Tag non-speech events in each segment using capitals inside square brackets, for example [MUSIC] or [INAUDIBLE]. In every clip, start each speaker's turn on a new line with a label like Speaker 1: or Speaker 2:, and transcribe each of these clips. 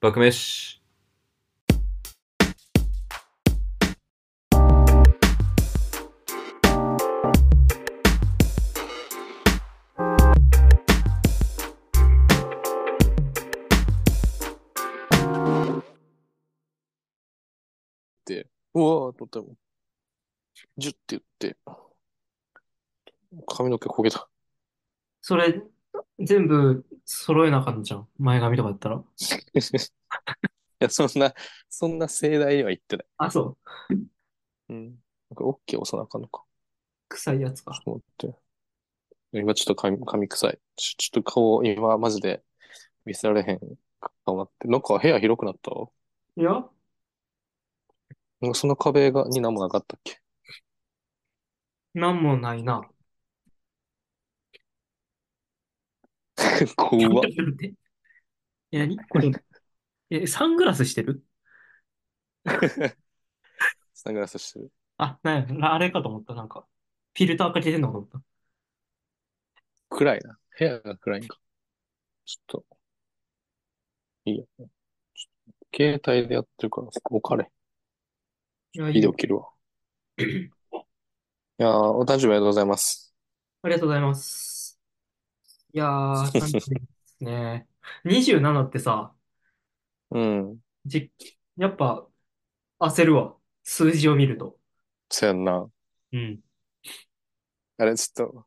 Speaker 1: 爆飯。
Speaker 2: うわーと思ったよ。ジュって言って。髪の毛焦げた。 [LAUGHS]
Speaker 3: それ、全部揃えなあかんじゃん。前髪とかだったら。
Speaker 2: いや、そんな、そんな盛大には言ってない。
Speaker 3: あ、そう。
Speaker 2: うん。なんか、オッケー押さなあかんのか。
Speaker 3: 臭いやつか。
Speaker 2: ちょっと待って。今ちょっと髪、髪臭い。ちょ、ちょっと顔、今マジで見せられへん顔になって。なんか部屋広くなった
Speaker 3: いや、
Speaker 2: なんかその壁が、に何もなかったっけ [LAUGHS]
Speaker 3: なんもないな。
Speaker 2: 怖っ。
Speaker 3: え、何これ。え、サングラスしてる
Speaker 2: サングラスしてる。
Speaker 3: あ、なんや、あれかと思った。なんか、フィルターかけてんのかと思った。
Speaker 2: 暗いな。部屋が暗いんか。ちょっと、いいや。ちょっと携帯でやってるから、置かれ。
Speaker 3: いや、いい
Speaker 2: ビデオ
Speaker 3: よ。
Speaker 2: 切るわ。いやー、お誕生日ありがとうございます。
Speaker 3: ありがとうございます。いやー、楽しみですね。27ってさ、
Speaker 2: うん。
Speaker 3: じ、やっぱ、焦るわ。数字を見ると。
Speaker 2: そやんな。
Speaker 3: うん。
Speaker 2: あれ、ちょっと。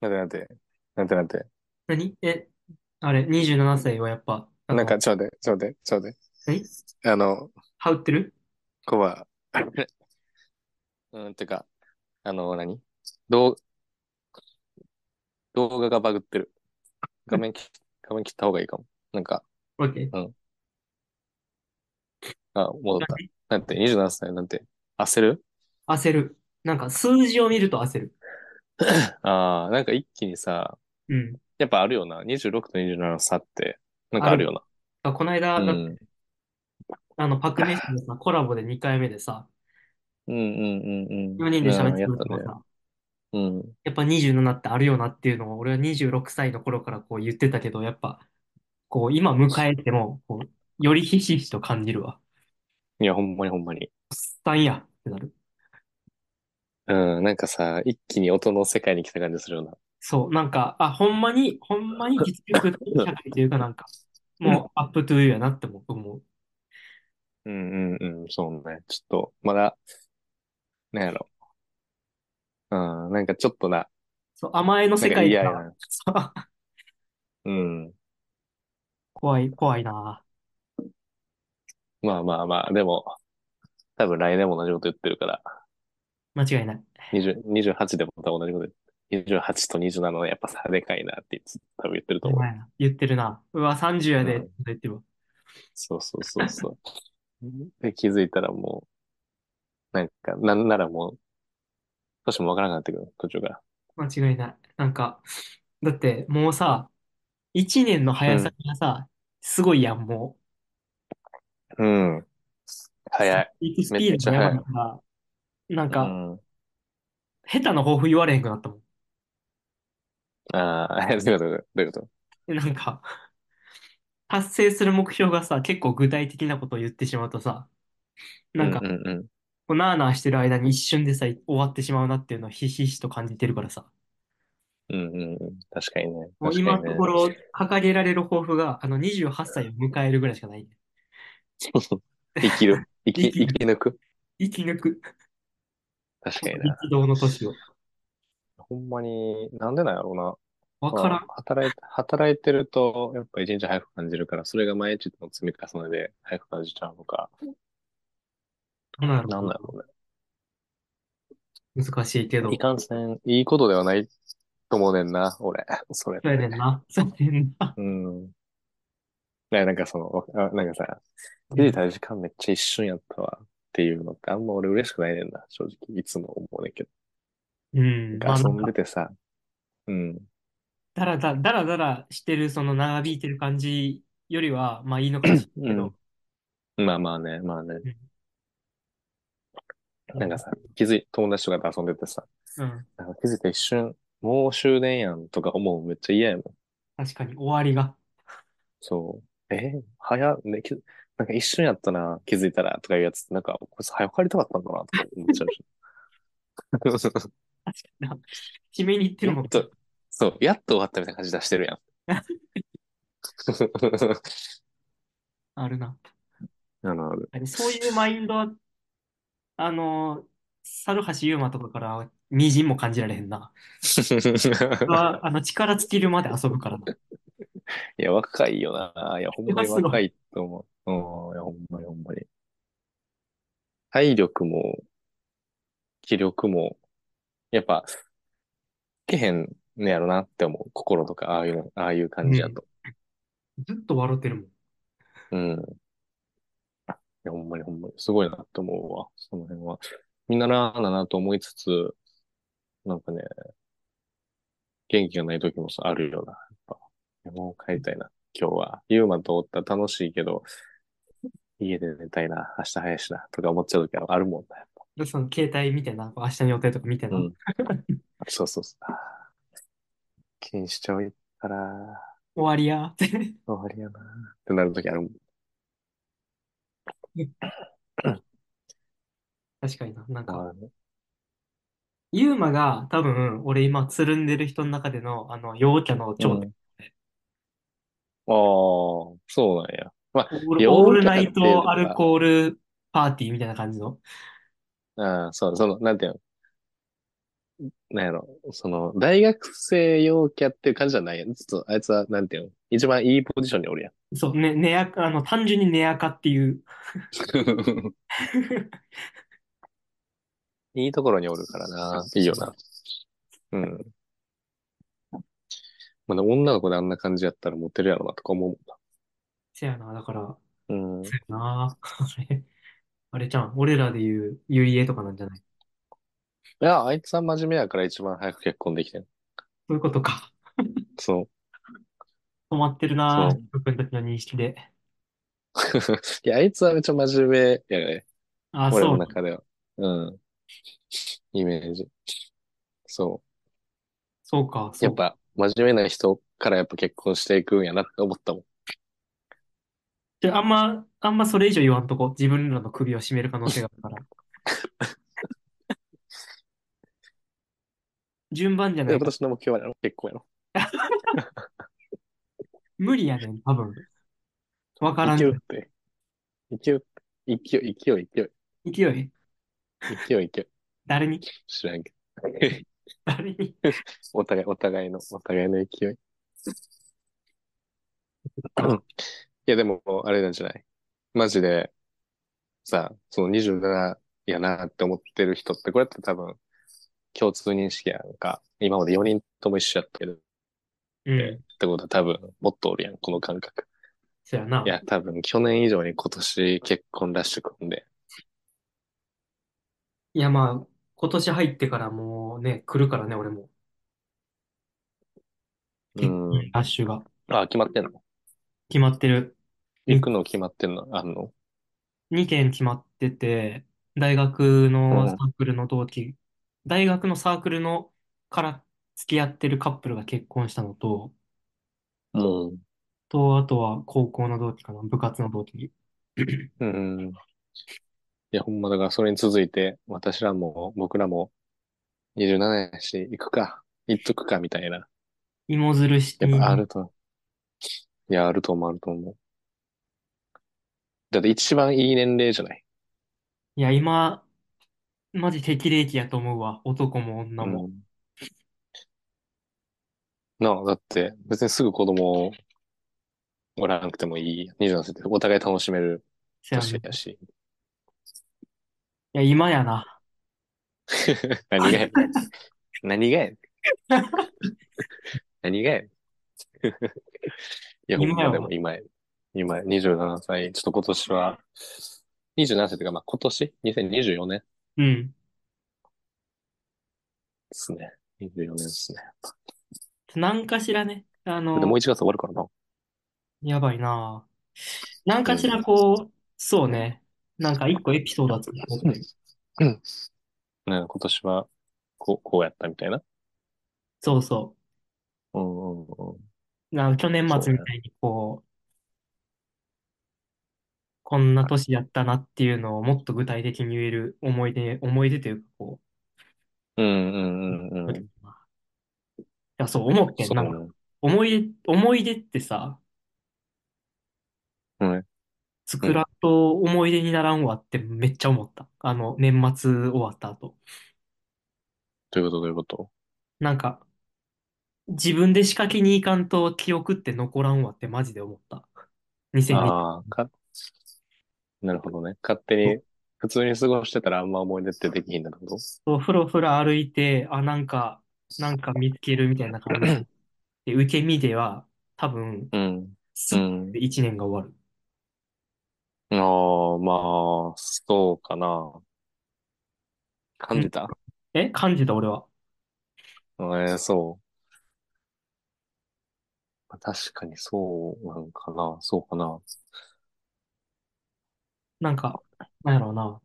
Speaker 2: なんてなんて。なんてなんて。
Speaker 3: 何え、あれ、27歳はやっぱ、あ
Speaker 2: な
Speaker 3: の、
Speaker 2: んか、ちょうで、ちょうで、ちょうで。
Speaker 3: 何
Speaker 2: あの、
Speaker 3: 羽打ってる
Speaker 2: こは、 [LAUGHS] うん、てか、あの、何動、動画がバグってる。画面き、画面切った方がいいかも。なんか、
Speaker 3: オッケー。
Speaker 2: あ、戻った。なんて、27歳、なんて、焦る
Speaker 3: 焦る。なんか、数字を見ると焦る。
Speaker 2: ああ、なんか一気にさ、
Speaker 3: うん。
Speaker 2: やっぱあるよな。26と27の差って、なんかあるよ
Speaker 3: あこの間、
Speaker 2: な。う
Speaker 3: だ
Speaker 2: ん。
Speaker 3: あの、パクメシのさ、
Speaker 2: [LAUGHS]
Speaker 3: コラボで2回目でさ、
Speaker 2: うんうんうんうん。
Speaker 3: 4人で喋って
Speaker 2: や
Speaker 3: たの
Speaker 2: った
Speaker 3: と
Speaker 2: ね。
Speaker 3: かさ、
Speaker 2: うん。
Speaker 3: やっぱ27ってあるよなっていうのを、俺は26歳の頃からこう言ってたけど、やっぱ、こう、今迎えても、こう、よりひしひしと感じるわ。
Speaker 2: いや、ほんまにほんまに。
Speaker 3: おっさんやってなる。
Speaker 2: うん、なんかさ、一気に音の世界に来た感じするよな。
Speaker 3: そう、なんか、あ、ほんまに、ほんまに実力社会というかなんか、もう、アップトゥーやなっても思う。
Speaker 2: うんうんうん、そうね。ちょっと、まだ、なんやろ。うん、なんかちょっとな、
Speaker 3: そう、甘えの
Speaker 2: な
Speaker 3: 世
Speaker 2: んか
Speaker 3: 界
Speaker 2: 嫌や
Speaker 3: が、
Speaker 2: な。
Speaker 3: そう
Speaker 2: うん。
Speaker 3: 怖い、怖いな。
Speaker 2: まあまあまあ、でも、多分来年も同じこと言ってるから、
Speaker 3: 間違いない。
Speaker 2: 20 28でも多分同じこと言ってる。28と27のやっぱ差でかいなって多分言ってると
Speaker 3: お
Speaker 2: 思う。
Speaker 3: 前ら言ってるな。うわ、30やで、
Speaker 2: うん
Speaker 3: って言ってるわ。
Speaker 2: そうそうそうそう。 [LAUGHS] で、気づいたらもう、なんか、なんならもう、年もわからなくなってくる、途中から。
Speaker 3: 間違いない。なんか、だってもうさ、1年の速さがさ、すごいやん、もう。
Speaker 2: うん。早い。
Speaker 3: 行くスピードがやばいから、なん
Speaker 2: う
Speaker 3: か、
Speaker 2: ん。
Speaker 3: 下手な抱負言われへんくなったもん。
Speaker 2: ああ、 [LAUGHS] どういうことどういうこと
Speaker 3: えなんか、達成する目標がさ、結構具体的なことを言ってしまうとさ、なんか
Speaker 2: う、んうんうん。
Speaker 3: こうなあなあしてる間に一瞬でさ、終わってしまうなっていうのをひしひしと感じてるからさ、
Speaker 2: うんうんうん。確かにね。
Speaker 3: もう
Speaker 2: 確
Speaker 3: 今
Speaker 2: か
Speaker 3: の
Speaker 2: にね
Speaker 3: ところ掲げられる抱負が、あの28歳を迎えるぐらいしかない。
Speaker 2: 生きる。生き、
Speaker 3: 生きる
Speaker 2: 生き抜く。
Speaker 3: 生き抜く、
Speaker 2: 確かにな。
Speaker 3: 一同の年を。
Speaker 2: ほんまに、なんでなんやろうな。
Speaker 3: わからん
Speaker 2: ま。あ働い、働いてると、やっぱ一日早く感じるから、それが毎日の積み重ねで早く感じちゃうのか。
Speaker 3: どうなる
Speaker 2: なんだろうね。
Speaker 3: 難しいけど。
Speaker 2: いかんせん、いいことではないと思うねんな、俺。 [LAUGHS] それって
Speaker 3: そうやねんな。そうやねんな。
Speaker 2: うん。いや、なんかその、わあなんかさ、気づいた時間めっちゃ一瞬やったわっていうのってあんま俺嬉しくないねんな、正直。いつも思うねんけど。
Speaker 3: うん。ま
Speaker 2: な
Speaker 3: あ、な
Speaker 2: んか
Speaker 3: ん
Speaker 2: 遊ん
Speaker 3: か
Speaker 2: でてさ、うん、
Speaker 3: だらだら、だらだらしてる、その長引いてる感じよりは、まあいいのかもしれないけど、
Speaker 2: まあまあね、まあね
Speaker 3: ん。
Speaker 2: なんかさ、気づい、友達とかと遊んでてさ、
Speaker 3: うん。
Speaker 2: なんか気づいた一瞬、もう終電やんとか思うのめっちゃ嫌やもん。
Speaker 3: 確かに終わりが。
Speaker 2: そう。えー、早、ね、き、なんか一緒にやったな、気づいたら、とかいうやつって、なんか、こいつ早く帰りたかったんだな、とか思っちゃうし。
Speaker 3: 確かにな。 [LAUGHS] 締めに行ってる
Speaker 2: や
Speaker 3: もん
Speaker 2: っ。と、 [LAUGHS] そう、やっと終わったみたいな感じ出して
Speaker 3: [LAUGHS]
Speaker 2: るやん。 [LAUGHS]
Speaker 3: あるな。
Speaker 2: なるほど。
Speaker 3: あれそういうマインドは、あの、猿橋優馬とかからみじんも感じられへんな。僕
Speaker 2: [LAUGHS]
Speaker 3: は、あの、力尽きるまで遊ぶからな。
Speaker 2: いや、若いよな。いや、ほんまに
Speaker 3: いやすごい
Speaker 2: 若いと思う。うん、いや、ほんまにほんまに。体力も、気力も、やっぱ、つけへんねやろなって思う。心とか、ああいうの、ああいう感じやと。
Speaker 3: ずっと笑ってるもん。
Speaker 2: うん。いや、ほんまにほんまに、すごいなって思うわ。その辺は。見習わななと思いつつ、なんかね、元気がない時もさあるよな。やっぱ、いやもう帰りたいな。今日は、ユーマとおったら楽しいけど、家で寝たいな。明日早いしな。とか思っちゃう時はあるもんな、やっぱ。
Speaker 3: でその携帯見てな、こう明日の予定とか見てな。
Speaker 2: うん。そうそうそう。あー気にしちゃうから、
Speaker 3: 終わりや [LAUGHS] って。
Speaker 2: 終わりやな。ってなる時あるもん。
Speaker 3: 確かにな。なんか、
Speaker 2: あー
Speaker 3: ユーマが多分、俺今つるんでる人の中での、あの、陽キャの頂
Speaker 2: うん
Speaker 3: 点。
Speaker 2: あー、そうなんや。まあ、
Speaker 3: オール、
Speaker 2: 陽
Speaker 3: オー
Speaker 2: キャ
Speaker 3: ルナイ
Speaker 2: っていう
Speaker 3: ト
Speaker 2: か
Speaker 3: アルコールパーティーみたいな感じの。
Speaker 2: ああ、そう、その、なんていうの、なんやろ、その、大学生陽キャっていう感じじゃないやん。ちょっと、あいつは、なんていうの、一番いいポジションにおるやん。
Speaker 3: そう、ね、寝やか、あの、単純に寝やかっていう。 [LAUGHS]
Speaker 2: いいところにおるからな。いいよな。うん。まあ、でも女の子であんな感じやったらモテるやろなとか思
Speaker 3: せやな、だから、
Speaker 2: うもんな。うん。
Speaker 3: せやな。あ [LAUGHS] れ、あれじゃん、俺らで言う、ゆりえとかなんじゃない
Speaker 2: いや、あいつは真面目やから一番早く結婚できてん。
Speaker 3: そういうことか。
Speaker 2: そう。
Speaker 3: 止まってるな、
Speaker 2: そう
Speaker 3: 僕の時の認識で。
Speaker 2: いや、あいつはめっちゃ真面目やね。
Speaker 3: あ、
Speaker 2: 俺
Speaker 3: そ
Speaker 2: の
Speaker 3: う。
Speaker 2: 中では。うん。イメージ。そう。
Speaker 3: そうか、そ
Speaker 2: やっ
Speaker 3: うか。
Speaker 2: ぱ、真面目な人からやっぱ結婚していくんやなって思ったもん。
Speaker 3: で、あんま、あんまそれ以上言わんとこ。自分らの首を絞める可能性があるから。
Speaker 2: [LAUGHS]
Speaker 3: 順番じゃな
Speaker 2: で
Speaker 3: いから。
Speaker 2: 私の目標はやろ結婚やろ。
Speaker 3: 無理やねん、多分。わからん
Speaker 2: 勢い
Speaker 3: け
Speaker 2: っ
Speaker 3: ど。
Speaker 2: て。勢い、勢い、勢い、勢い、
Speaker 3: 勢い。
Speaker 2: 勢い、勢い。
Speaker 3: 誰に [LAUGHS]
Speaker 2: 知らんけど。
Speaker 3: 誰
Speaker 2: [LAUGHS]
Speaker 3: に
Speaker 2: お互い、お互いの、お互いの勢い。いや、でも、あれなんじゃないマジで、さ、その27やなって思ってる人って、これって多分、共通認識やんか。今まで4人とも一緒やってる
Speaker 3: うん。
Speaker 2: ってことは多分、もっとおるやん、この感覚。
Speaker 3: そやな。
Speaker 2: いや、多分去年以上に今年結婚ラッシュ組んで。
Speaker 3: いや、まあ、今年入ってからもうね、来るからね、俺も。
Speaker 2: う
Speaker 3: 結
Speaker 2: ん。
Speaker 3: ラッシュが。
Speaker 2: あ、決まってんの
Speaker 3: 決まってる。
Speaker 2: 行くの決まってんのあんの
Speaker 3: 2件決まってて、大学
Speaker 2: う
Speaker 3: の
Speaker 2: ん
Speaker 3: サークルの同期、大学のサークルのから付き合ってるカップルが結婚したのと、
Speaker 2: うん。
Speaker 3: と、あとは高校の同期かな、部活の同期。
Speaker 2: うん。いや、ほんまだからそれに続いて、私らも、僕らも、27やし、行くか、行っとくか、みたいな。
Speaker 3: 芋づる式
Speaker 2: やっぱあると、いや、あると思う、あると思う。だって一番いい年齢じゃない
Speaker 3: いや、今、マジ適齢期やと思うわ。男も女も。
Speaker 2: うんなあ、だって、別にすぐ子供おらなくてもいい。27歳ってお互い楽しめる
Speaker 3: せやね
Speaker 2: 年やし。
Speaker 3: いや、今やな。
Speaker 2: 何がやねん。 [LAUGHS] 何がやねん。何がやねん。いや、ほん
Speaker 3: 今やわ
Speaker 2: までも今や。今や、27歳。ちょっと今年は、27歳というか、まあ今年 ?2024 年
Speaker 3: うん。
Speaker 2: ですね。24年ですね。
Speaker 3: なんかしらね、あ
Speaker 2: で
Speaker 3: の、
Speaker 2: もう1月終わるからな。
Speaker 3: やばいなぁ。なんかしらこう、そうね。なんか一個エピソード集めて
Speaker 2: ね、今年は、こう、こうやったみたいな。
Speaker 3: そうそ
Speaker 2: うんうんうん。
Speaker 3: う。な去年末みたいにここんな年やったなっていうのをもっと具体的に言える思い出、思い出というか、こ
Speaker 2: うんうんうん
Speaker 3: う、
Speaker 2: う
Speaker 3: い
Speaker 2: ん。
Speaker 3: や、そう思ってん、
Speaker 2: そ
Speaker 3: なんか、
Speaker 2: う
Speaker 3: 思い出、思い出ってさ、
Speaker 2: ね。はい。
Speaker 3: 作らんと思い出にならんわってめっちゃ思った。あの、年末終わった後。
Speaker 2: どういうことどういうこと
Speaker 3: なんか、自分で仕掛けに行かんと記憶って残らんわってマジで思った。2020。
Speaker 2: ああ、か、なるほどね。勝手に、普通に過ごしてたらあんま思い出ってできひんだけど。
Speaker 3: そうふろふろ歩いて、あ、なんか、なんか見つけるみたいな感じで、受け身では、多分、
Speaker 2: うん。
Speaker 3: ス
Speaker 2: う
Speaker 3: ッ
Speaker 2: ん。
Speaker 3: て1年が終わる。
Speaker 2: ああ、まあ、そうかな。
Speaker 3: う
Speaker 2: 感
Speaker 3: ん。
Speaker 2: じた
Speaker 3: え、感じた俺は。
Speaker 2: えー、そう。まあ確かにそうなんかな。そうかな。
Speaker 3: なんか、なんやろうな。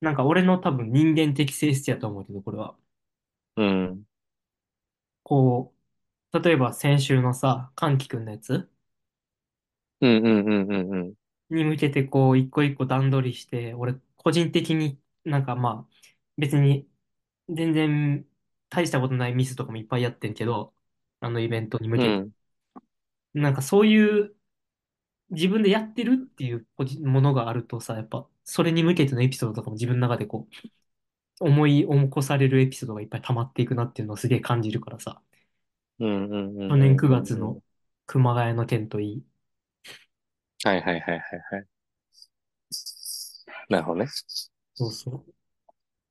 Speaker 3: なんか俺の多分人間的性質やと思うけど、これは。
Speaker 2: うん。
Speaker 3: こう、例えば先週のさ、かんきくんのやつ
Speaker 2: うんうんうんうんうん。
Speaker 3: に向けてこう、一個一個段取りして、俺、個人的になんかまあ、別に、全然大したことないミスとかもいっぱいやってんけど、あのイベントに向
Speaker 2: う
Speaker 3: けて。
Speaker 2: ん。
Speaker 3: なんかそういう自分でやってるっていうポジものがあるとさ、やっぱそれに向けてのエピソードとかも自分の中でこう思い起こされるエピソードがいっぱい溜まっていくなっていうのをすげえ感じるからさ、
Speaker 2: うんうん
Speaker 3: 去
Speaker 2: うんう
Speaker 3: 年
Speaker 2: んう
Speaker 3: 9月
Speaker 2: んうん。
Speaker 3: の熊谷の件といい、
Speaker 2: はいはいはいはいはい。なるほどね。
Speaker 3: そうそ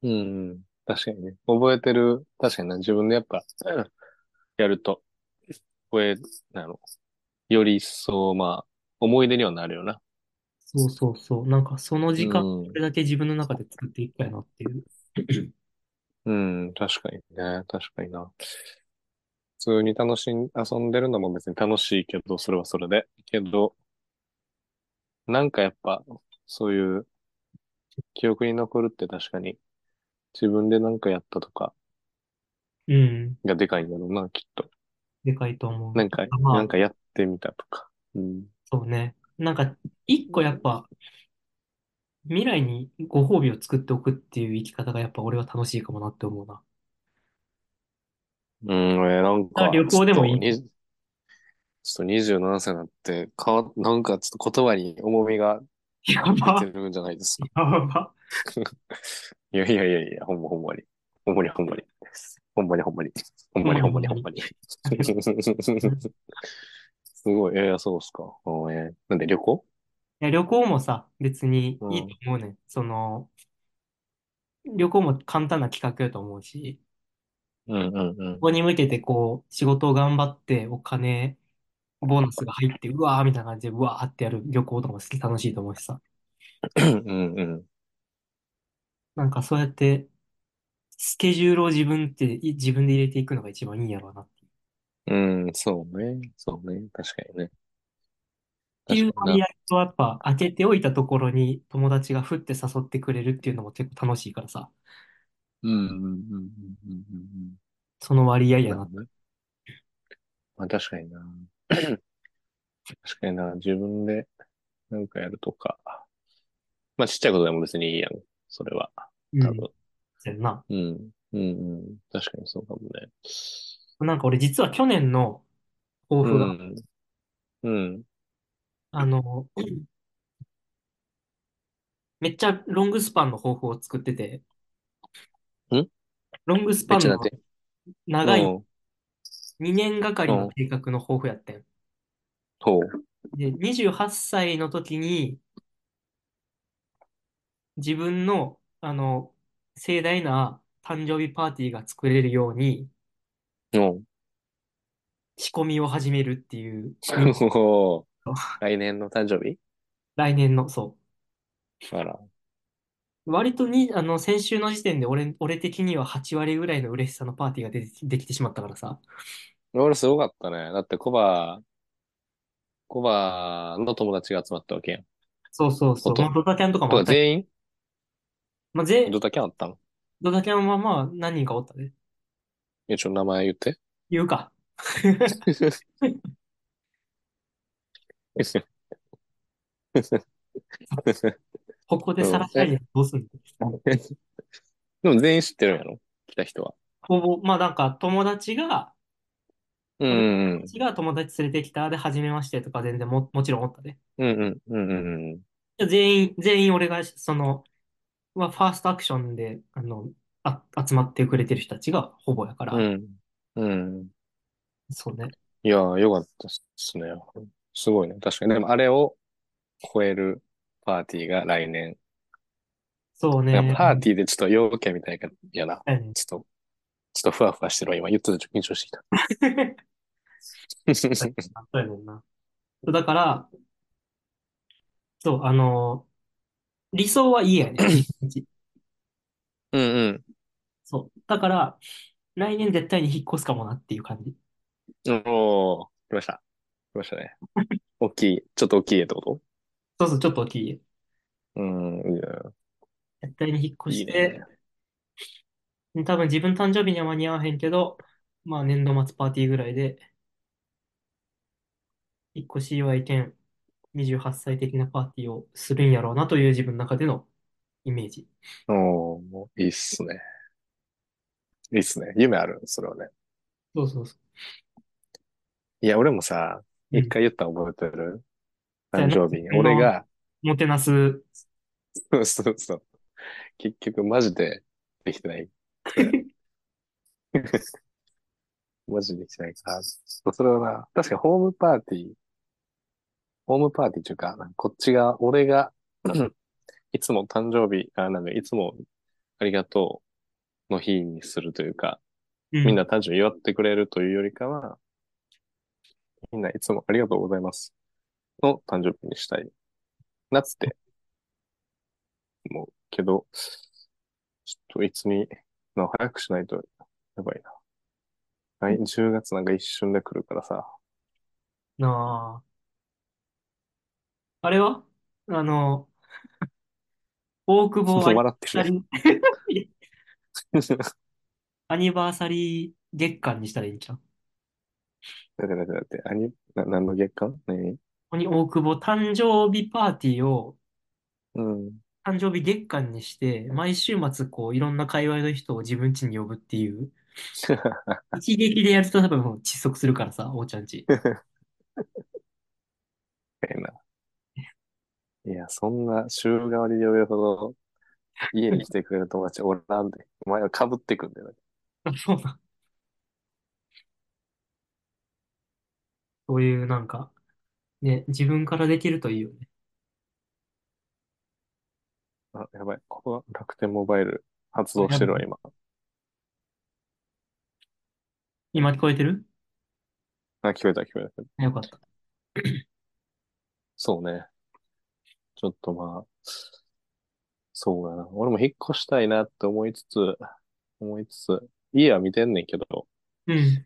Speaker 3: う。
Speaker 2: うん。確かにね。覚えてる。確かにな。自分でやっぱ、うんやると、覚え、なの。より一層、まあ、思い出にはなるよな。
Speaker 3: そうそうそう。なんかその
Speaker 2: う
Speaker 3: 時間、
Speaker 2: ん。
Speaker 3: これだけ自分の中で作っていったよなっていう。
Speaker 2: うん。確かにね。確かにな。普通に楽しん、遊んでるのも別に楽しいけど、それはそれで。けど、なんかやっぱ、そういう記憶に残るって確かに、自分でなんかやったとか
Speaker 3: うん、
Speaker 2: がでかいんだろうな、きっと。
Speaker 3: でかいと思う。
Speaker 2: なんか、なん
Speaker 3: まあ、
Speaker 2: かやってみたとか。うん。
Speaker 3: そうね。なんか一個やっぱ未来にご褒美を作っておくっていう生き方がやっぱ俺は楽しいかもなって思うな。
Speaker 2: うん、えーなん
Speaker 3: あ
Speaker 2: か、
Speaker 3: 旅
Speaker 2: ち
Speaker 3: 行でも
Speaker 2: ょっ
Speaker 3: い
Speaker 2: と、
Speaker 3: いね。
Speaker 2: に、ちょっと27歳になって、かわ、なんかちょっと言葉に重みが
Speaker 3: や
Speaker 2: 出て
Speaker 3: ば、
Speaker 2: るんじゃないですか。
Speaker 3: やば。
Speaker 2: いやいやいやいや、ほんまほんまに。ほんまにほんまに。ほんまにほんまに。ほん
Speaker 3: ほんま
Speaker 2: ま
Speaker 3: に
Speaker 2: にほ
Speaker 3: ほん
Speaker 2: んまに
Speaker 3: ま
Speaker 2: ほん
Speaker 3: に。
Speaker 2: まに。 [LAUGHS] すごい。えー、そうっすか。うんえーなんで旅行
Speaker 3: いや旅行もさ、別に
Speaker 2: う
Speaker 3: いいと
Speaker 2: ん。
Speaker 3: 思うねん。その、旅行も簡単な企画やと思うし、
Speaker 2: うんうんうん。
Speaker 3: ここに向けてこう、仕事を頑張ってお金、ボーナスが入って、うわーみたいな感じで、うわーってやる旅行とかも好き楽しいと思うしさ。
Speaker 2: うんうん。
Speaker 3: なんかそうやって、スケジュールを自分ってい自分で入れていくのが一番いいんやろうなっていう。
Speaker 2: うん、そうね。そうね。確かにね。
Speaker 3: ってい
Speaker 2: 確
Speaker 3: う
Speaker 2: かに
Speaker 3: 割
Speaker 2: な。
Speaker 3: 合とやっぱ開けておいたところに友達がふって誘ってくれるっていうのも結構楽しいからさ、
Speaker 2: うんうんうんうんうんうんうん。
Speaker 3: その割合や
Speaker 2: なる
Speaker 3: な。
Speaker 2: ほどね。まあ確かにな。 [COUGHS] 確かにな。自分でなんかやるとか。まあちっちゃいことでも別にいいやん。それは。
Speaker 3: う
Speaker 2: 多
Speaker 3: ん。
Speaker 2: 分。
Speaker 3: そうやんな。
Speaker 2: うん。うんうん。確かにそうかもね。
Speaker 3: なんか俺実は去年の抱
Speaker 2: う
Speaker 3: 負が、
Speaker 2: ん。うん。
Speaker 3: あの、めっちゃロングスパンの抱負を作ってて、
Speaker 2: ん
Speaker 3: ロングス
Speaker 2: めっ
Speaker 3: パ
Speaker 2: ち
Speaker 3: ン
Speaker 2: ゃ
Speaker 3: の
Speaker 2: なって。う
Speaker 3: 長い
Speaker 2: ん。うん。
Speaker 3: 2年がかりの計画の抱負やってん。
Speaker 2: ほう。
Speaker 3: で、28歳の時に自分の、あの、盛大な誕生日パーティーが作れるように
Speaker 2: うん。 [LAUGHS]
Speaker 3: 仕込みを始めるっていうに、
Speaker 2: ほう。来年の誕生日
Speaker 3: 来年の、そ
Speaker 2: あら。
Speaker 3: う。割とに、あの、先週の時点で俺、俺的には8割ぐらいの嬉しさのパーティーが出て、できてしまったからさ。
Speaker 2: 俺すごかったね。だってコバ、コバの友達が集まったわけやん。
Speaker 3: そうそう
Speaker 2: ほ
Speaker 3: そう。ま
Speaker 2: と
Speaker 3: あ、ドタキャンとか
Speaker 2: と
Speaker 3: もあ
Speaker 2: か
Speaker 3: ったけ
Speaker 2: 全員
Speaker 3: ど、まあ、
Speaker 2: ど
Speaker 3: ぜ、
Speaker 2: だけあったの
Speaker 3: ドタキャンはまあ、何人かおったね。 [LAUGHS]
Speaker 2: [LAUGHS] え、ちょ、名前言って。
Speaker 3: 言うか。ここで晒したいやつどうするの
Speaker 2: でも全員知ってるんやろ来た人は。
Speaker 3: ほぼ、まあなんか友達が、
Speaker 2: うんうん
Speaker 3: 私が友達連れてきたで、初めましてとか全然も、もちろんおったで。
Speaker 2: うん。うんうんうんうんうん。
Speaker 3: 全員、全員俺が、その、はファーストアクションで、あの、あ、集まってくれてる人たちがほぼやから、
Speaker 2: うん。うん。
Speaker 3: そうね。
Speaker 2: いやー、よかったっすね。すごいね。確かに。でも、あれを超えるパーティーが来年。
Speaker 3: そう
Speaker 2: なん
Speaker 3: ね。
Speaker 2: かパ
Speaker 3: [LAUGHS]
Speaker 2: ーティーでちょっと要件みたいな、やな。
Speaker 3: ィー。
Speaker 2: ちょっと、ちょっとふわふわしてるわ。今言ってたちょっと緊張して
Speaker 3: [LAUGHS]
Speaker 2: きた。
Speaker 3: そうやねんな。そうだから、そう、あのー理想は家やね。一
Speaker 2: [CLEARS THROAT]
Speaker 3: 日
Speaker 2: うんうん。
Speaker 3: そう。だから、来年絶対に引っ越すかもなっていう感じ。
Speaker 2: おー、来ました。来ましたね。大きい、ちょっと大きい家ってこ
Speaker 3: そうそう、ちょっと大きい家。
Speaker 2: とうん、いや
Speaker 3: 絶対に引っ越
Speaker 2: いい
Speaker 3: し
Speaker 2: ね
Speaker 3: て、。多分自分誕生日には間に合わへんけど、まあ年度末パーティーぐらいで、引っ越し祝い兼28歳的なパーティーをするんやろうなという自分の中でのイメージ。
Speaker 2: おー、もういいっすね。いいっすね。夢ある、それはね。
Speaker 3: そうそうそう。
Speaker 2: いや、俺もさ、
Speaker 3: うん
Speaker 2: 一回言ったの覚えてる
Speaker 3: そうや
Speaker 2: 誕
Speaker 3: な
Speaker 2: 生日に。俺が、 [LAUGHS]
Speaker 3: もてなす。
Speaker 2: そうそうそう。結局、マジでできてない。
Speaker 3: [LAUGHS]
Speaker 2: マジでできてないから。そうそれはな、確かにホームパーティー、ホームパーティーというか、なんかこっちが、俺が、いつも誕生日、あ、なんだ、いつもありがとうの日にするというか、
Speaker 3: うん
Speaker 2: みんな誕生日祝ってくれるというよりかは、みんないつもありがとうございますの誕生日にしたいなって思うけど、ちょっといつに、な早くしないとやばいな。はい、10月なんか一瞬で来るからさ。
Speaker 3: なあ。あれはあの、大久保アニ
Speaker 2: 笑って
Speaker 3: バーサ
Speaker 2: る
Speaker 3: リー、
Speaker 2: [LAUGHS] やん。だ
Speaker 3: アニバーサリー月間にしたらいいんちゃう
Speaker 2: ってだってだって、アニ、な、何の月間何
Speaker 3: ここに大久保誕生日パーティーを
Speaker 2: うん。
Speaker 3: 誕生日月間にして、毎週末こういろんな界隈の人を自分家に呼ぶっていう、一撃でやると多分もう窒息するからさ、おーちゃんち。 [LAUGHS]
Speaker 2: ええな。いや、そんな週替わりで呼ぶほど、家に来てくれる友達おらんで。お前は被ってくんだよ。
Speaker 3: そうなん。そういうなんか、ね、自分からできるといいよね。
Speaker 2: あ、やばい。ここは楽天モバイル発動してるわ、今。
Speaker 3: 今聞こえてる
Speaker 2: あ、聞こえた、聞こえた。
Speaker 3: あよかった。
Speaker 2: そうね。ちょっとまあ、そうだな。俺も引っ越したいなって思いつつ、思いつつ、家は見てんねんけど、
Speaker 3: うん。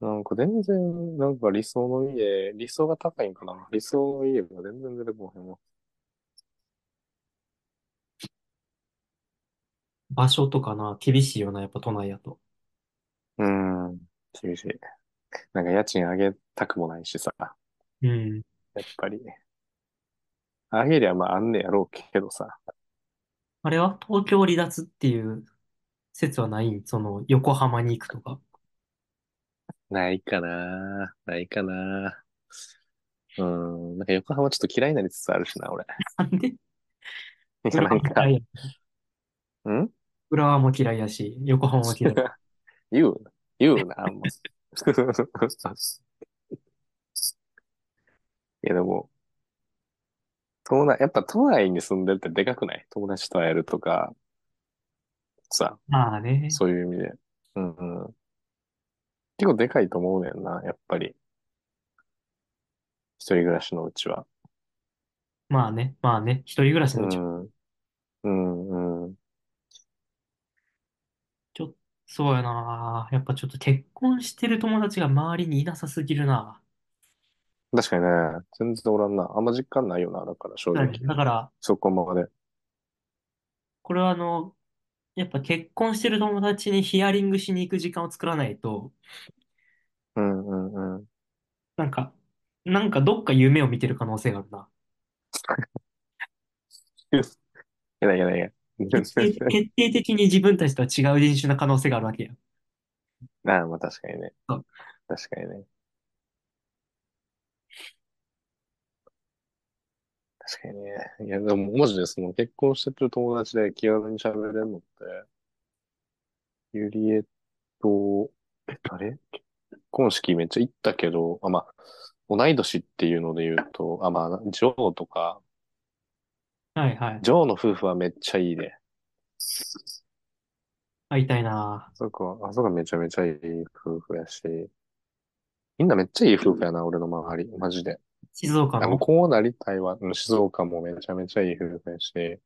Speaker 2: なんか全然、なんか理想の家、理想が高いんかな。理想の家が全然出てこへんわ。
Speaker 3: 場所とかな、厳しいよな、やっぱ都内やと。
Speaker 2: うーん、厳しい。なんか家賃上げたくもないしさ、や
Speaker 3: うん。
Speaker 2: っぱり。上げりゃまああんねやろうけどさ。
Speaker 3: あれは東京離脱っていう説はないその、横浜に行くとか。
Speaker 2: ないかなないかなうーん、なんか横浜ちょっと嫌いになりつつあるしな、俺。
Speaker 3: なんで
Speaker 2: いや、なんか、ん
Speaker 3: 浦和も嫌いやし、横浜も嫌い。
Speaker 2: 言うな、言うな、あんま。い [LAUGHS] や、でも、都内、やっぱ都内に住んでるってでかくない友達と会えるとか、さ、
Speaker 3: まあね。
Speaker 2: そういう意味で。うんうん。結構でかいと思うねんな、やっぱり。一人暮らしのうちは。
Speaker 3: まあね。まあね。一人暮らしのうち。
Speaker 2: うん、うん、うん。
Speaker 3: ちょっと、そうやな。やっぱちょっと結婚してる友達が周りにいなさすぎるな。
Speaker 2: 確かにね、全然おらんな。あんま実感ないよな、だから正
Speaker 3: だ
Speaker 2: 直。
Speaker 3: から、
Speaker 2: そこまで。
Speaker 3: これはあの、やっぱ結婚してる友達にヒアリングしに行く時間を作らないと、
Speaker 2: うん、うん、うん。
Speaker 3: なんか、なんかどっか夢を見てる可能性があるな。
Speaker 2: いやいやいや。全
Speaker 3: 決定、
Speaker 2: 然。
Speaker 3: 決定的に自分たちとは違う人種な可能性があるわけや。
Speaker 2: ああ、まあ確かにね。
Speaker 3: そう
Speaker 2: 確かにね。確かにね。いや、でもマジでその結婚してる友達で気軽に喋れるのって、ゆりえと、え、誰結婚式めっちゃ行ったけど、あ、まあ、同い年っていうので言うと、あ、まあ、ジョーとか、
Speaker 3: はいはい。
Speaker 2: ジョーの夫婦はめっちゃいいね。
Speaker 3: 会いたいな。
Speaker 2: あそこは、あそこはめちゃめちゃいい夫婦やし、みんなめっちゃいい夫婦やな、俺の周り、マジで。
Speaker 3: 静岡
Speaker 2: あ、もう
Speaker 3: の
Speaker 2: こうなりたいわ。うん静岡もめちゃめちゃいい夫婦やし、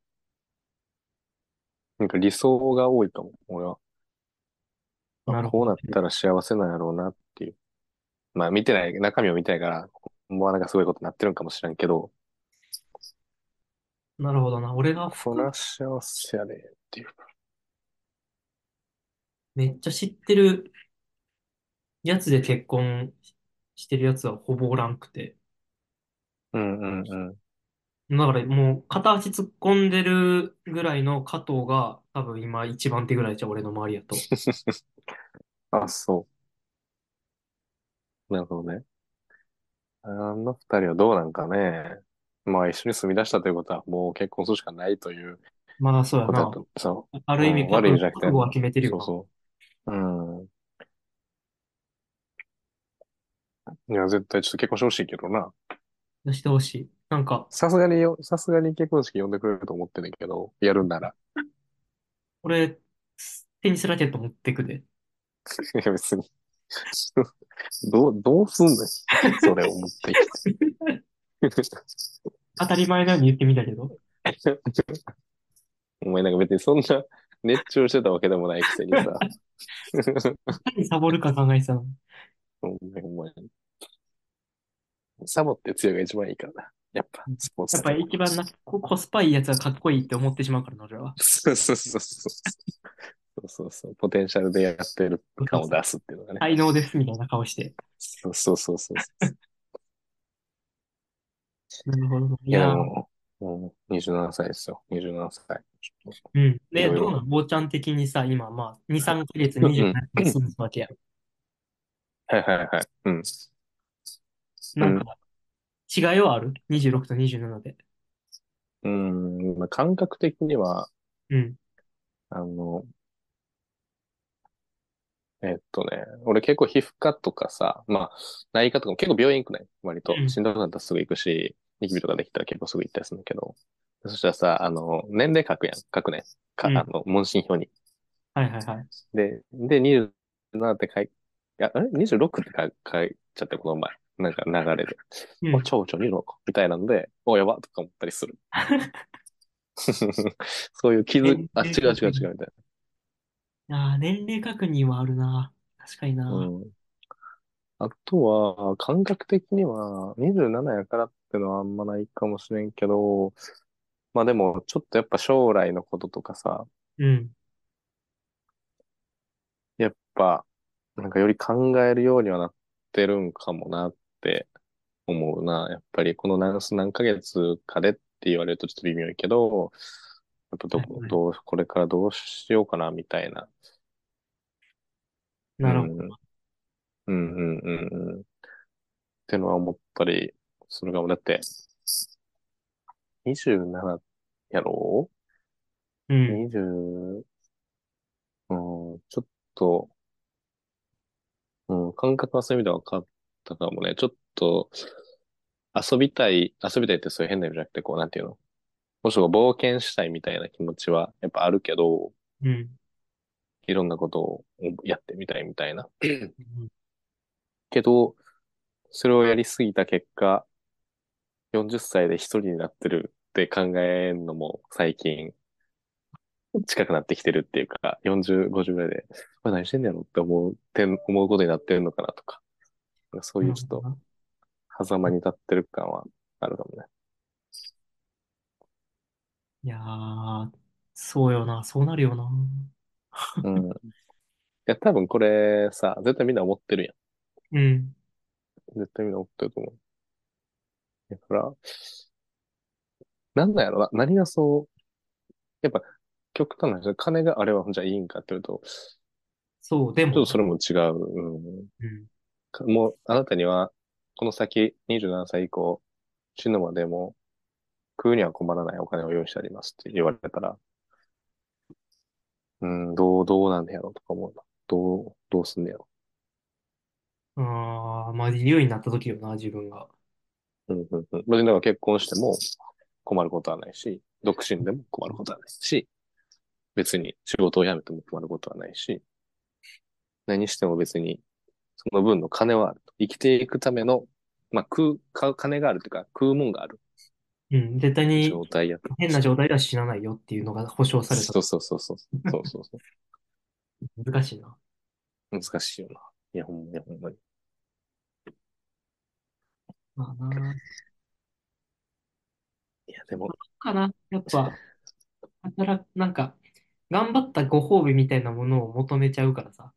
Speaker 2: なんか理想が多いと思う、俺は。あ、
Speaker 3: なる
Speaker 2: こう
Speaker 3: ほ
Speaker 2: なったら幸せなんやろうなっていう。まあ見てない、中身を見たいから、今後はなんかすごいことになってるんかもしれんけど、
Speaker 3: ど。なるほどな。俺が
Speaker 2: そ
Speaker 3: 福、
Speaker 2: ら幸せやでっていう。
Speaker 3: めっちゃ知ってるやつで結婚してるやつはほぼおらんくて。
Speaker 2: うんうんうん。
Speaker 3: だからもう片足突っ込んでるぐらいの加藤が多分今一番手ぐらいじゃん俺の周りやと。
Speaker 2: あ、そう。なるほどね。あの二人はどうなんかね。まあ一緒に住み出したということは、もう結婚するしかないという
Speaker 3: まあそうや
Speaker 2: ことだ
Speaker 3: な。
Speaker 2: と、そ
Speaker 3: あ
Speaker 2: う、う
Speaker 3: る意味
Speaker 2: ん、
Speaker 3: 多
Speaker 2: 悪
Speaker 3: 分
Speaker 2: い意味じゃなく
Speaker 3: 覚
Speaker 2: て、
Speaker 3: 悟は決めてるよ
Speaker 2: そう
Speaker 3: な。
Speaker 2: そう。うん。いや、絶対ちょっと結婚してほしいけどな。
Speaker 3: してほしい。なんか、
Speaker 2: さすがによ、さすがに結婚式呼んでくれると思ってんねんけど、やるんなら。 [LAUGHS]
Speaker 3: 俺、テニスラケット持ってくで。
Speaker 2: いや、別に。 [LAUGHS] どう、どうすんねん。それを持ってきて。
Speaker 3: 当たり前のように言ってみたけど。
Speaker 2: [LAUGHS] お前なんか別にそんな熱中してたわけでもないくせに
Speaker 3: [LAUGHS]
Speaker 2: さ。
Speaker 3: 何サボるか考えてたの。
Speaker 2: お前、お前。サボって強いが一番いいからな。やっぱ、スポー
Speaker 3: や
Speaker 2: ツ
Speaker 3: っ
Speaker 2: と
Speaker 3: ぱ
Speaker 2: か。
Speaker 3: 一番な、ココスパいいやつはかっこいいって思ってしまうからな、俺は。
Speaker 2: そうそうそうそう。そうそうそう。ポテンシャルでやってる感を出すっていうのがね。
Speaker 3: 才能ですみたいな顔して。
Speaker 2: そうそうそうそう。
Speaker 3: なるほど。い
Speaker 2: いや、で
Speaker 3: やー、
Speaker 2: もう、もう27歳ですよ。27歳。ちょっ
Speaker 3: うん。
Speaker 2: とい
Speaker 3: で、
Speaker 2: ろい
Speaker 3: どうな
Speaker 2: ろ。
Speaker 3: の坊ちゃん的にさ、今、まあ、2、3ヶ月
Speaker 2: うんうん。
Speaker 3: 27で住むわけや。
Speaker 2: はいはいはい。うん。う
Speaker 3: なん
Speaker 2: ん。
Speaker 3: か、違いはある ?26 と27で。
Speaker 2: うん。まあ、感覚的には、
Speaker 3: うん。
Speaker 2: あの、えっとね、俺結構皮膚科とかさ、まあ、内科とかも結構病院行くね。割
Speaker 3: う
Speaker 2: と。
Speaker 3: ん。
Speaker 2: しんどくなったらすぐ行くし、ニキビとかできたら結構すぐ行ったりするんだけど。そしたらさ、あの、年齢書くやん。書くね。
Speaker 3: う
Speaker 2: か、あ
Speaker 3: ん。
Speaker 2: の、問診票に。
Speaker 3: はいはいはい。
Speaker 2: で、で、27って書い、いや、あれ ?26 って書い、書いちゃって、この前。なんか流れで。
Speaker 3: う
Speaker 2: あ、
Speaker 3: ん。
Speaker 2: ちょうちょ26か。みたいなんで、お、やばとか思ったりする。 [LAUGHS] そういう気づ、
Speaker 3: 年
Speaker 2: あ、違
Speaker 3: 齢
Speaker 2: う
Speaker 3: 確
Speaker 2: 違う違
Speaker 3: 認。
Speaker 2: うみたい
Speaker 3: ああ、年齢確認はあるな。確かに
Speaker 2: な。
Speaker 3: な。
Speaker 2: うん。あとは、感覚的には、27やからってのはあんまないかもしれんけど、まあでも、ちょっとやっぱ将来のこととかさ、
Speaker 3: うん。
Speaker 2: やっぱ、なんかより考えるようにはなってるんかもなって思うな。やっぱりこの何、何ヶ月かでって言われるとちょっと微妙いけど、やっぱど
Speaker 3: はい
Speaker 2: こ、
Speaker 3: はい。
Speaker 2: どう、これからどうしようかなみたいな。う
Speaker 3: なるほ
Speaker 2: ん、うん、うん、うん、うん。ってのは思ったりするかも。だって、27やろ
Speaker 3: ど。うん。
Speaker 2: 20、うん、ちょっと、うん、感覚はそういう意味では分かったかもね。ちょっと遊びたい、遊びたいってそういう変な意味じゃなくて、こう、なんていうの。もしくは冒険したいみたいな気持ちはやっぱあるけど、
Speaker 3: うん。
Speaker 2: いろんなことをやってみたいみたいな。
Speaker 3: うん
Speaker 2: けど、それをやりすぎた結果、40歳で一人になってるって考えるのも最近近くなってきてるっていうか、40、50ぐらいで、これ何してんねやろって思う、てん思うことになってるのかなとか、なんかそう
Speaker 3: ないる
Speaker 2: う
Speaker 3: ほ
Speaker 2: ちょっ
Speaker 3: ど
Speaker 2: と
Speaker 3: な。
Speaker 2: 狭間に立ってる感はあるかもね。
Speaker 3: いやー、そうよな。そうなるよな。
Speaker 2: うん [LAUGHS] 。いや、多分これさ、絶対みんな思ってるやん。
Speaker 3: うん。
Speaker 2: 絶対みんな思ってると思う。だから、なんなんやろな、何がそう、やっぱ、極端な話、金があればじゃあいいんかって言うと、
Speaker 3: そう、で
Speaker 2: ちょっと
Speaker 3: も、
Speaker 2: それも違う。うん
Speaker 3: うん、
Speaker 2: かもう、あなたには、この先、27歳以降、死ぬまでも、食うには困らないお金を用意してありますって言われたら、うん、どう、どうなんねやろとか思うな。どう、どうすんねやろ。
Speaker 3: ああ、まあ自由になった時よな、自分が。
Speaker 2: うん、うん、うん。別にだから結婚しても困ることはないし、独身でも困ることはないし、別に仕事を辞めても困ることはないし、何しても別に、その分の金はあると。生きていくための、まあ、食う、か金があるというか、食うもんがある
Speaker 3: うん、絶対に
Speaker 2: 状態やと。
Speaker 3: 変な状態では死なないよっていうのが保証された。
Speaker 2: そうそうそうそう。そうそうそ
Speaker 3: 難しいな。
Speaker 2: う。難しいよな。いや、ほんまに、ほんまに。
Speaker 3: まあな。
Speaker 2: い
Speaker 3: [LAUGHS]
Speaker 2: や、でも、
Speaker 3: かな。やっぱ、働く、なんか、頑張ったご褒美みたいなものを求めちゃうからさ。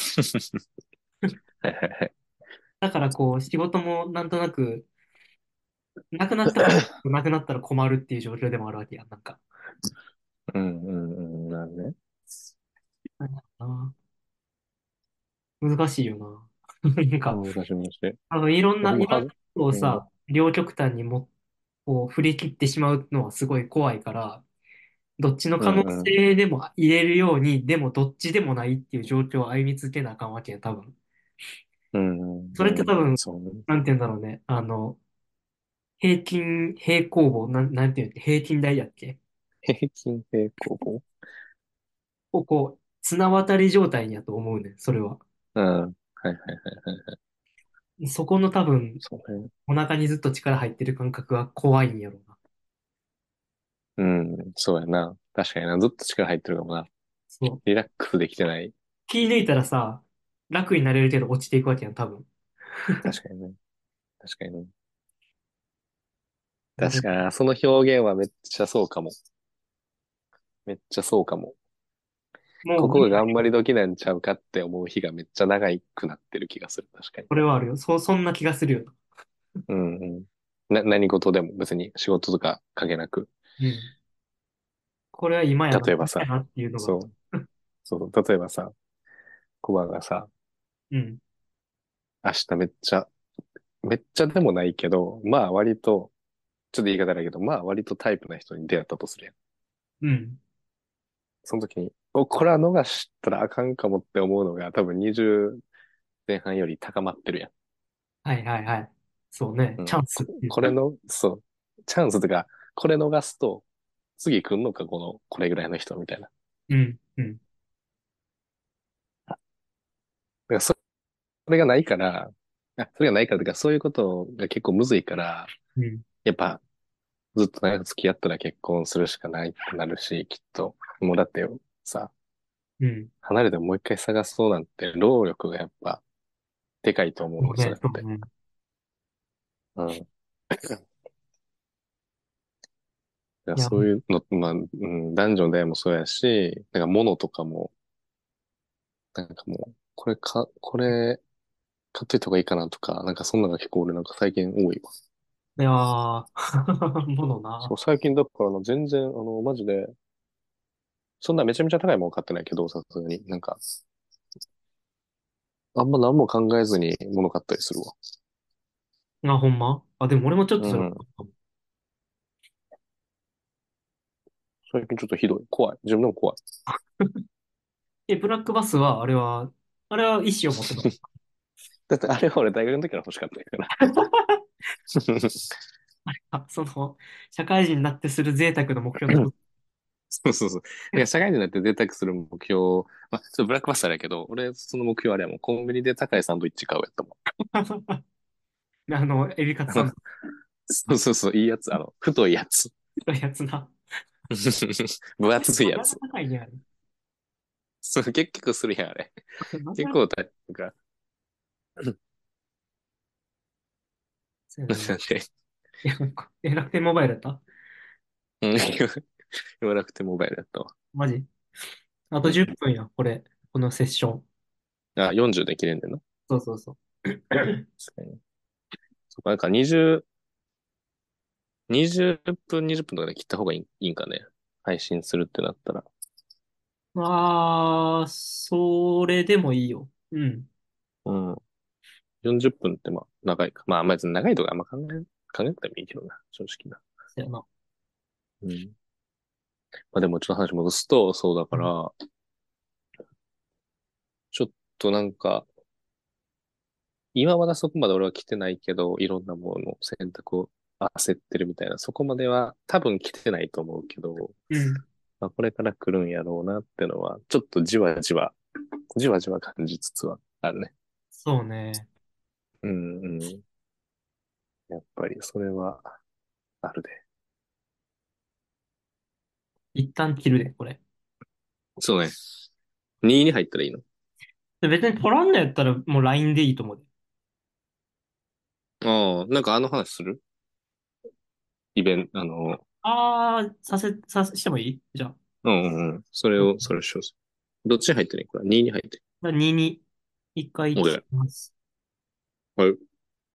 Speaker 2: はいはいはい。
Speaker 3: だからこう、仕事もなんとなく、なくなったら、なくなったら困るっていう状況でもあるわけやん。なんか。
Speaker 2: うんうんうん、なんね。
Speaker 3: なんだろうな難しいよな。なんか、
Speaker 2: 難しい難しい。
Speaker 3: あの、いろんな、い
Speaker 2: 僕も
Speaker 3: ろん
Speaker 2: は
Speaker 3: な
Speaker 2: ず、
Speaker 3: ことをさ、両極端にも、こう、振り切ってしまうのはすごい怖いから、どっちの
Speaker 2: う
Speaker 3: 可
Speaker 2: ん
Speaker 3: 能
Speaker 2: うん。
Speaker 3: 性でも入れるように、でもどっちでもないっていう状況を歩み続けなあかんわけや、多分。
Speaker 2: うんうん
Speaker 3: それって多
Speaker 2: うん。
Speaker 3: 分、
Speaker 2: そうね。
Speaker 3: なんて言うんだろうね、あの、平均、平行棒、なん、なんて言うんだっけ平均台やっけ
Speaker 2: 平均平行棒
Speaker 3: をこう、綱渡り状態やと思うねん、それは。
Speaker 2: うん。はいはいはいはい。
Speaker 3: そこの多分、
Speaker 2: そうね。
Speaker 3: お腹にずっと力入ってる感覚が怖いんやろうな。
Speaker 2: うん、そうやな。確かにな。ずっと力入ってるかもな。
Speaker 3: そう。
Speaker 2: リラックスできてない。
Speaker 3: 気抜いたらさ、楽になれるけど落ちていくわけやん、多分。
Speaker 2: 確かにね。確かにね。
Speaker 3: だか
Speaker 2: 確
Speaker 3: ら
Speaker 2: かにな。その表現はめっちゃそうかも。めっちゃそうかも。
Speaker 3: も
Speaker 2: こ
Speaker 3: う、
Speaker 2: こが頑張り時なんちゃうかって思う日がめっちゃ長くなってる気がする。確かに。
Speaker 3: これはあるよ。そう、そんな気がするよ。
Speaker 2: うんうん。な、何事でも別に仕事とか関係なく。
Speaker 3: うん。これは今やな、
Speaker 2: 例えば
Speaker 3: 今や
Speaker 2: さ、
Speaker 3: なっていうのが。
Speaker 2: そう、そう、例えばさ、コバがさ、
Speaker 3: うん。
Speaker 2: 明日めっちゃ、めっちゃでもないけど、まあ割と、ちょっと言い方だけど、まあ割とタイプな人に出会ったとするやん。
Speaker 3: うん。
Speaker 2: その時に、お、これは逃したらあかんかもって思うのが多分20前半より高まってるやん。
Speaker 3: はいはいはい。そうね。
Speaker 2: う
Speaker 3: チャ
Speaker 2: ん。
Speaker 3: ンスっ
Speaker 2: こ、
Speaker 3: ていう
Speaker 2: これ
Speaker 3: か。
Speaker 2: の、そう、チャンスとか、これ逃すと、次来んのか、この、これぐらいの人みたいな。だ
Speaker 3: うん。うん。
Speaker 2: からそそれがないから、あ、それがないからとか、そういうことが結構むずいから、
Speaker 3: うん。
Speaker 2: やっぱ、ずっと長く付き合ったら結婚するしかないくなるし、きっと。もうだってさ、
Speaker 3: うん。
Speaker 2: 離れてももう一回探そうなんて、労力がやっぱ、でかいと思う
Speaker 3: そ
Speaker 2: の、
Speaker 3: う
Speaker 2: それ
Speaker 3: ね。そう
Speaker 2: って。
Speaker 3: ね。
Speaker 2: うん。だか
Speaker 3: い
Speaker 2: ら
Speaker 3: や、
Speaker 2: そういうの、まあ、うん、男女でもそうやし、なんか物とかも、なんかもう、これか、これ、買っといた方がいいかなとか、なんかそんなのが結構俺なんか最近多いわ。
Speaker 3: いやー、 [LAUGHS] もの
Speaker 2: そ
Speaker 3: な。
Speaker 2: う、最近だからな、全然、あの、マジで、そんなめちゃめちゃ高いもん買ってないけど、さすがに。なんか、あんま何も考えずに物買ったりするわ。
Speaker 3: あ、ほんまあ、でも俺もちょっ
Speaker 2: う
Speaker 3: とそれ、
Speaker 2: ん。最近ちょっとひどい。怖い。自分でも怖い。
Speaker 3: え、ブラックバスは、あれは、あれは意思を持ってた。
Speaker 2: [LAUGHS] だってあれは俺大学の時から欲しかったから。
Speaker 3: あ、その、社会人になってする贅沢の目標の一つ。
Speaker 2: そうそうそう。だから社会人になって贅沢する目標、まあ、ちょっとブラックバスターだけど、俺その目標あれやもん。コンビニで高いサンドイッチ買うやったもん。
Speaker 3: [LAUGHS] あの、エビカツ
Speaker 2: あ
Speaker 3: さ
Speaker 2: の、
Speaker 3: ん
Speaker 2: そうそうそう、いいやつ、あの、太いや [LAUGHS] つ。
Speaker 3: のやつな。
Speaker 2: 分厚いや
Speaker 3: なか
Speaker 2: つ。
Speaker 3: なかいね、あれ。
Speaker 2: そう、結局するやん、あれ。
Speaker 3: なか
Speaker 2: 結
Speaker 3: なか
Speaker 2: 構高いから。
Speaker 3: そうや
Speaker 2: なん
Speaker 3: な。
Speaker 2: で、
Speaker 3: いや、なんかえ、楽天モバイルやった
Speaker 2: うん、 [LAUGHS] 言わなくてモバイルやったわ。
Speaker 3: マジあ
Speaker 2: う
Speaker 3: と
Speaker 2: ん。
Speaker 3: 10分や、これ。このセッション。
Speaker 2: あ、40で切れんねんな。
Speaker 3: そうそうそう。
Speaker 2: 確かに。そうかなんか20、20分、20分とかで切った方がいい、いいんかね。配信するってなったら。
Speaker 3: ああ、それでもいいよ。うん。
Speaker 2: うん。40分ってまあ、長いか。まあ、まあ別に長いとかあんま考え、考えなくてもいいけどな。正直な。
Speaker 3: そうやな。
Speaker 2: うん。まあでもちょっと話戻すと、そうだから、ちょっとなんか、今まだそこまで俺は来てないけど、いろんなものの選択を焦ってるみたいな、そこまでは多分来てないと思うけど、
Speaker 3: うん。
Speaker 2: まあ、これから来るんやろうなってのは、ちょっとじわじわ、じわじわ感じつつはあるね。
Speaker 3: そうね。
Speaker 2: うんうん。やっぱりそれはあるで。
Speaker 3: 一旦切るで、これ。
Speaker 2: そうね。2位に入ったらいいの
Speaker 3: 別に取らんのやったらもう LINE でいいと思うで。
Speaker 2: ああ、なんかあの話するイベント、あの、
Speaker 3: ああ、させ、させ、してもいいじゃあ。
Speaker 2: うんうんうん。それを、それをしよう。どっちに入ってるいくら ?2 に入って
Speaker 3: じゃあ2に、一回
Speaker 2: る。
Speaker 3: します。
Speaker 2: 俺。はい。